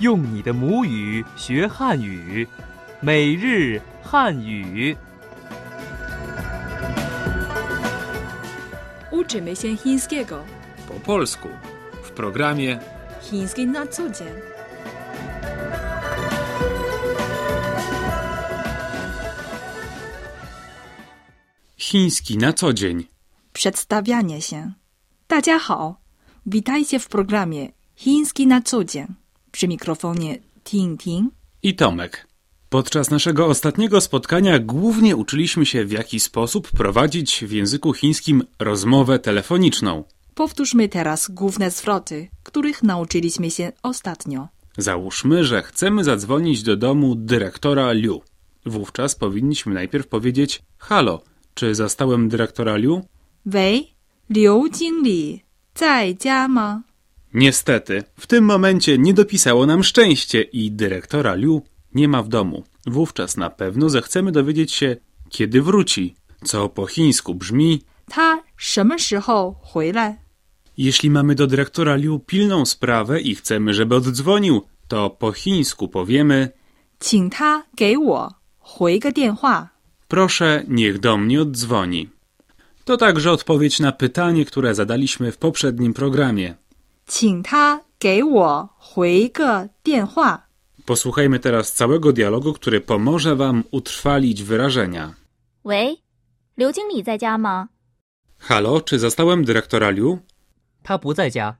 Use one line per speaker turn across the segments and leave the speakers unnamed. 用你的母语学汉语，每日汉语。
Uczymy się chińskiego.
po polsku w programie
Chiński na co dzień.
Chiński na co dzień.
Przedstawianie się. 大家好, witajcie w programie Chiński na co dzień. Przy mikrofonie Ting Ting.
I Tomek. Podczas naszego ostatniego spotkania głównie uczyliśmy się, w jaki sposób prowadzić w języku chińskim rozmowę telefoniczną.
Powtórzmy teraz główne zwroty, których nauczyliśmy się ostatnio.
Załóżmy, że chcemy zadzwonić do domu dyrektora Liu. Wówczas powinniśmy najpierw powiedzieć: Halo, czy zastałem dyrektora Liu?
喂，刘经理在家吗？
Niestety, w tym momencie nie dopisało nam szczęście i dyrektora Liu nie ma w domu. Wówczas na pewno zechcemy dowiedzieć się, kiedy wróci, co po chińsku brzmi
他什么时候回来？
Jeśli mamy do dyrektora Liu pilną sprawę i chcemy, żeby oddzwonił, to po chińsku powiemy
请他给我回个电话。
Proszę, niech do mnie oddzwoni. To także odpowiedź na pytanie, które zadaliśmy w poprzednim programie.
请他给我回个电话。
Posłuchajmy teraz całego dialogu, który pomoże Wam utrwalić wyrażenia.
喂，刘经理在家吗？
Halo, czy zastałem dyrektora Liu?
他不在家，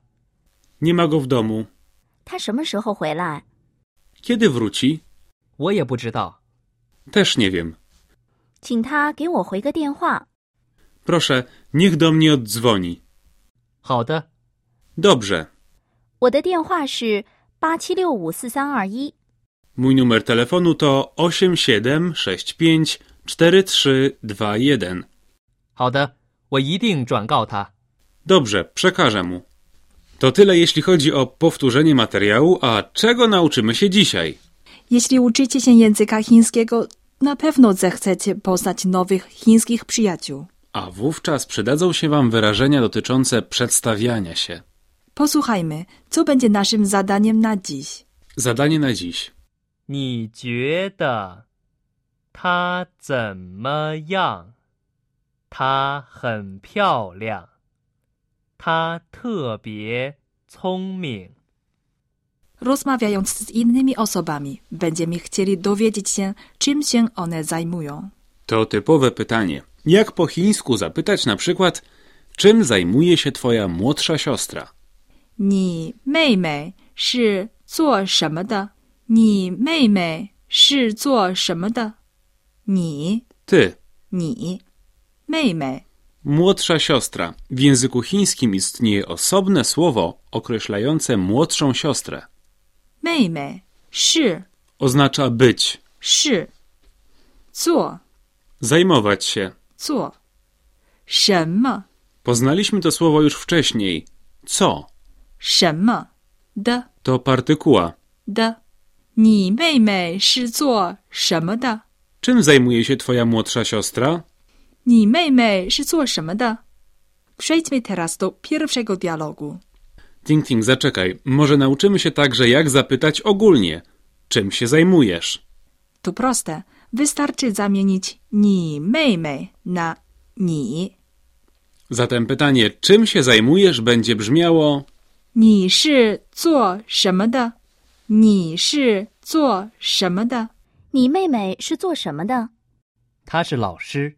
Nie ma go w domu.
他什么时候回来？
Kiedy wróci?
我也不知道。
Też nie wiem.
请他给我回个电话。
Proszę, niech do mnie oddzwoni.
好的，
Dobrze.
我的电话是八七六五四三二一。
Mój numer telefonu to 8765 4321.
好的，我一定转告他。
Dobrze, przekażę mu. To tyle jeśli chodzi o powtórzenie materiału, a czego nauczymy się dzisiaj?
Jeśli uczycie się języka chińskiego, na pewno zechcecie poznać nowych chińskich przyjaciół.
A wówczas przydadzą się Wam wyrażenia dotyczące przedstawiania się.
Posłuchajmy, co będzie naszym zadaniem na dziś.
Zadanie na dziś.
你觉得她怎么样？她很漂亮，她特别聪明。
Rozmawiając z innymi osobami, będziemy chcieli dowiedzieć się, czym się one zajmują.
To typowe pytanie. Jak po chińsku zapytać na przykład, czym zajmuje się Twoja młodsza siostra?
你妹妹是做什么的？你妹妹是做什么的？你
Ty,
你妹妹
młodsza siostra. W języku chińskim istnieje osobne słowo określające młodszą siostrę.
妹妹是
Oznacza być,
是做
zajmować się.
做什么
Poznaliśmy to słowo już wcześniej. Co
什么的
to partykuła.
的？你妹妹是做什么的？
Czym zajmuje się Twoja młodsza siostra?
你妹妹是做什么的？Przejdźmy teraz do pierwszego dialogu.
Ting Ting, zaczekaj. Może nauczymy się także, jak zapytać ogólnie. Czym się zajmujesz?
To proste. Wystarczy zamienić ni mejmej na ni.
Zatem pytanie, czym się zajmujesz, będzie brzmiało:
Ni shi zuo shemme de? Ni shi zuo shemme de?
你妹妹是做什么的？
她是老师，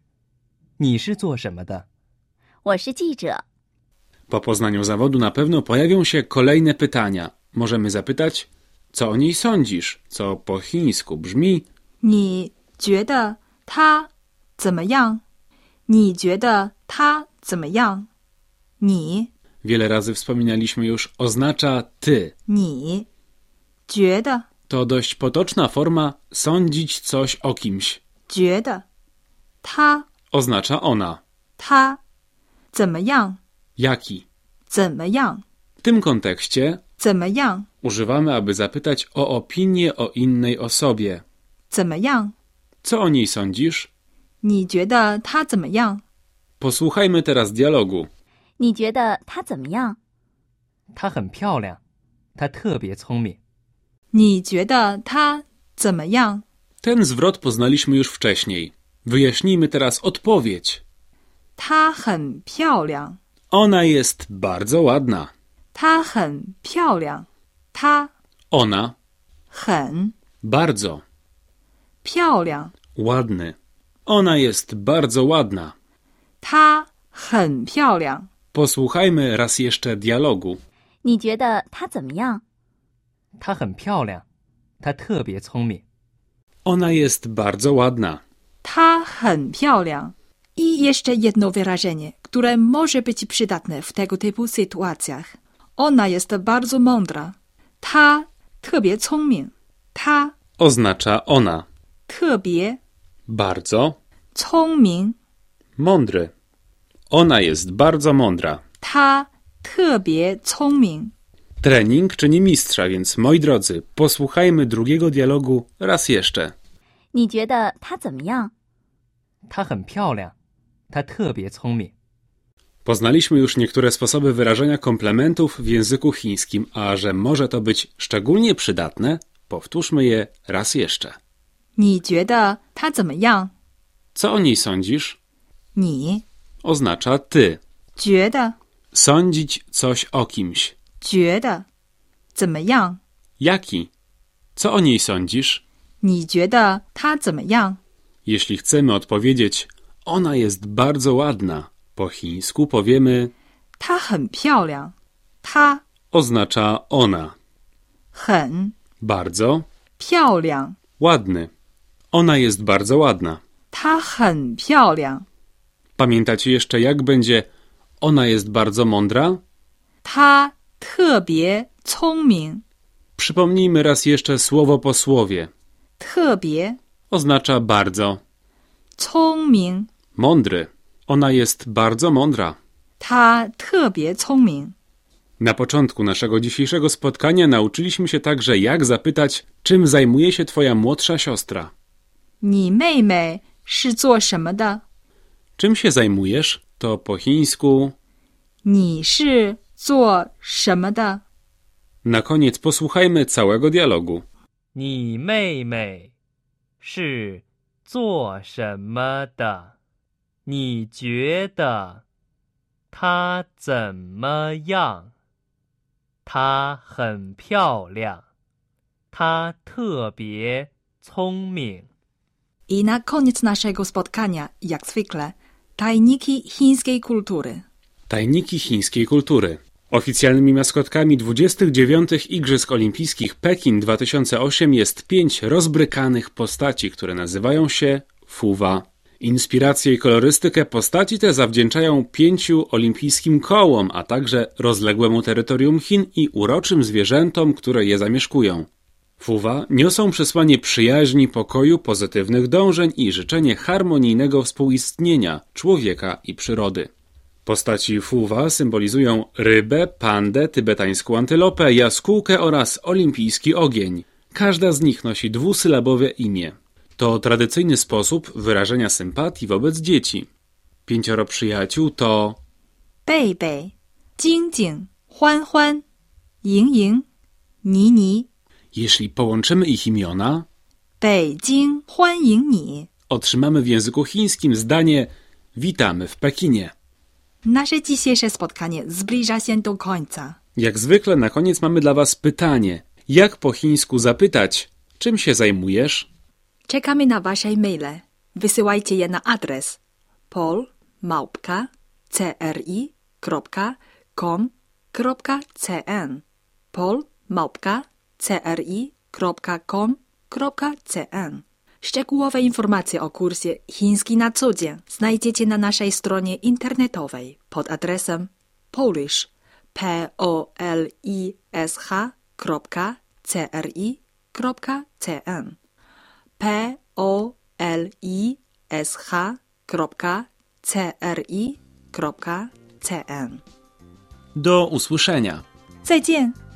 你是做什么的？
我是记者。
Po poznaniu zawodu na pewno pojawią się kolejne pytania. Możemy zapytać, co o niej sądzisz, co po chińsku brzmi.
Ni jue de ta zemme yang? Ni jue de ta zemme yang? Ni,
Wiele razy wspominaliśmy już, oznacza ty.
ni jue de,
To dość potoczna forma sądzić coś o kimś.
jue de ta
Oznacza ona.
ta zemme yang?
Jaki?
怎么样？
W tym kontekście
怎么样？
używamy, aby zapytać o opinię o innej osobie.
怎么样？
Co o niej sądzisz?
你觉得他怎么样？
Posłuchajmy teraz dialogu.
你觉得她怎么样？
她很漂亮，她特别聪明。
你觉得他怎么样？
Ten zwrot poznaliśmy już wcześniej. Wyjaśnijmy teraz odpowiedź.
她很漂亮，
Ona jest bardzo ładna.
她很漂亮，她
Ona
很
bardzo
漂亮，
ładny. Ona jest bardzo ładna.
她很漂亮。
Posłuchajmy raz jeszcze dialogu.
你觉得她怎么样？
她很漂亮，她特别聪明。
Ona jest bardzo ładna.
Ta hen piaoliang. I jeszcze jedno wyrażenie, które może być przydatne w tego typu sytuacjach. Ona jest bardzo mądra. Ta 特别聪明. Ta
Oznacza ona
特别
bardzo
聪明.
mądry. Ona jest bardzo mądra.
她特别聪明.
Trening czyni mistrza, więc moi drodzy, posłuchajmy drugiego dialogu raz jeszcze.
你觉得她怎么样？
她很漂亮，她特别聪明。
Poznaliśmy już niektóre sposoby wyrażania komplementów w języku chińskim, a że może to być szczególnie przydatne, powtórzmy je raz jeszcze.
你觉得她怎么样？
Co o niej sądzisz?
你
Oznacza ty.
觉得
Sądzić coś o kimś.
觉得怎么样？
Jaki? Co o niej sądzisz?
你觉得她怎么样？
Jeśli chcemy odpowiedzieć, ona jest bardzo ładna. Po chińsku powiemy
她很漂亮。她
oznacza ona.
很
Bardzo
漂亮。
ładny. Ona jest bardzo ładna.
她很漂亮，
Pamiętacie jeszcze jak będzie ona jest bardzo mądra?
她特别聪明，
Przypomnijmy raz jeszcze słowo po słowie.
特别
Oznacza bardzo
聪明，
mądry. Ona jest bardzo mądra.
她特别聪明。
Na początku naszego dzisiejszego spotkania nauczyliśmy się także, jak zapytać, czym zajmuje się Twoja młodsza siostra.
你妹妹是做什么的？
Czym się zajmujesz? To po chińsku.
你是做什么的？
Na koniec posłuchajmy całego dialogu.
你妹妹是做什么的？你觉得她怎么样？她很漂亮，她特别聪明。
I na koniec naszego spotkania, jak zwykle, tajniki chińskiej kultury.
Tajniki chińskiej kultury. Oficjalnymi maskotkami 29. Igrzysk Olimpijskich Pekin 2008 jest pięć rozbrykanych postaci, które nazywają się Fuwa. Inspirację i kolorystykę postaci te zawdzięczają pięciu olimpijskim kołom, a także rozległemu terytorium Chin i uroczym zwierzętom, które je zamieszkują. Fuwa niosą przesłanie przyjaźni, pokoju, pozytywnych dążeń i życzenie harmonijnego współistnienia człowieka i przyrody. Postaci Fuwa symbolizują rybę, pandę, tybetańską antylopę, jaskółkę oraz olimpijski ogień. Każda z nich nosi dwusylabowe imię. To tradycyjny sposób wyrażenia sympatii wobec dzieci. Pięcioro przyjaciół to
贝贝、晶晶、欢欢、莹莹、妮妮。
Jeśli połączymy ich imiona,
北京欢迎你。
otrzymamy w języku chińskim zdanie Witamy w Pekinie.
Nasze dzisiejsze spotkanie zbliża się do końca.
Jak zwykle na koniec mamy dla Was pytanie. Jak po chińsku zapytać, czym się zajmujesz?
Czekamy na Wasze e-maile. Wysyłajcie je na adres polmałpka.cri.com.cn polmałpka.cri.com.cn Szczegółowe informacje o kursie Chiński na co dzień znajdziecie na naszej stronie internetowej pod adresem polish polish.cri.cn p o l i s h c r i c n。
Do usłyszenia.
再见。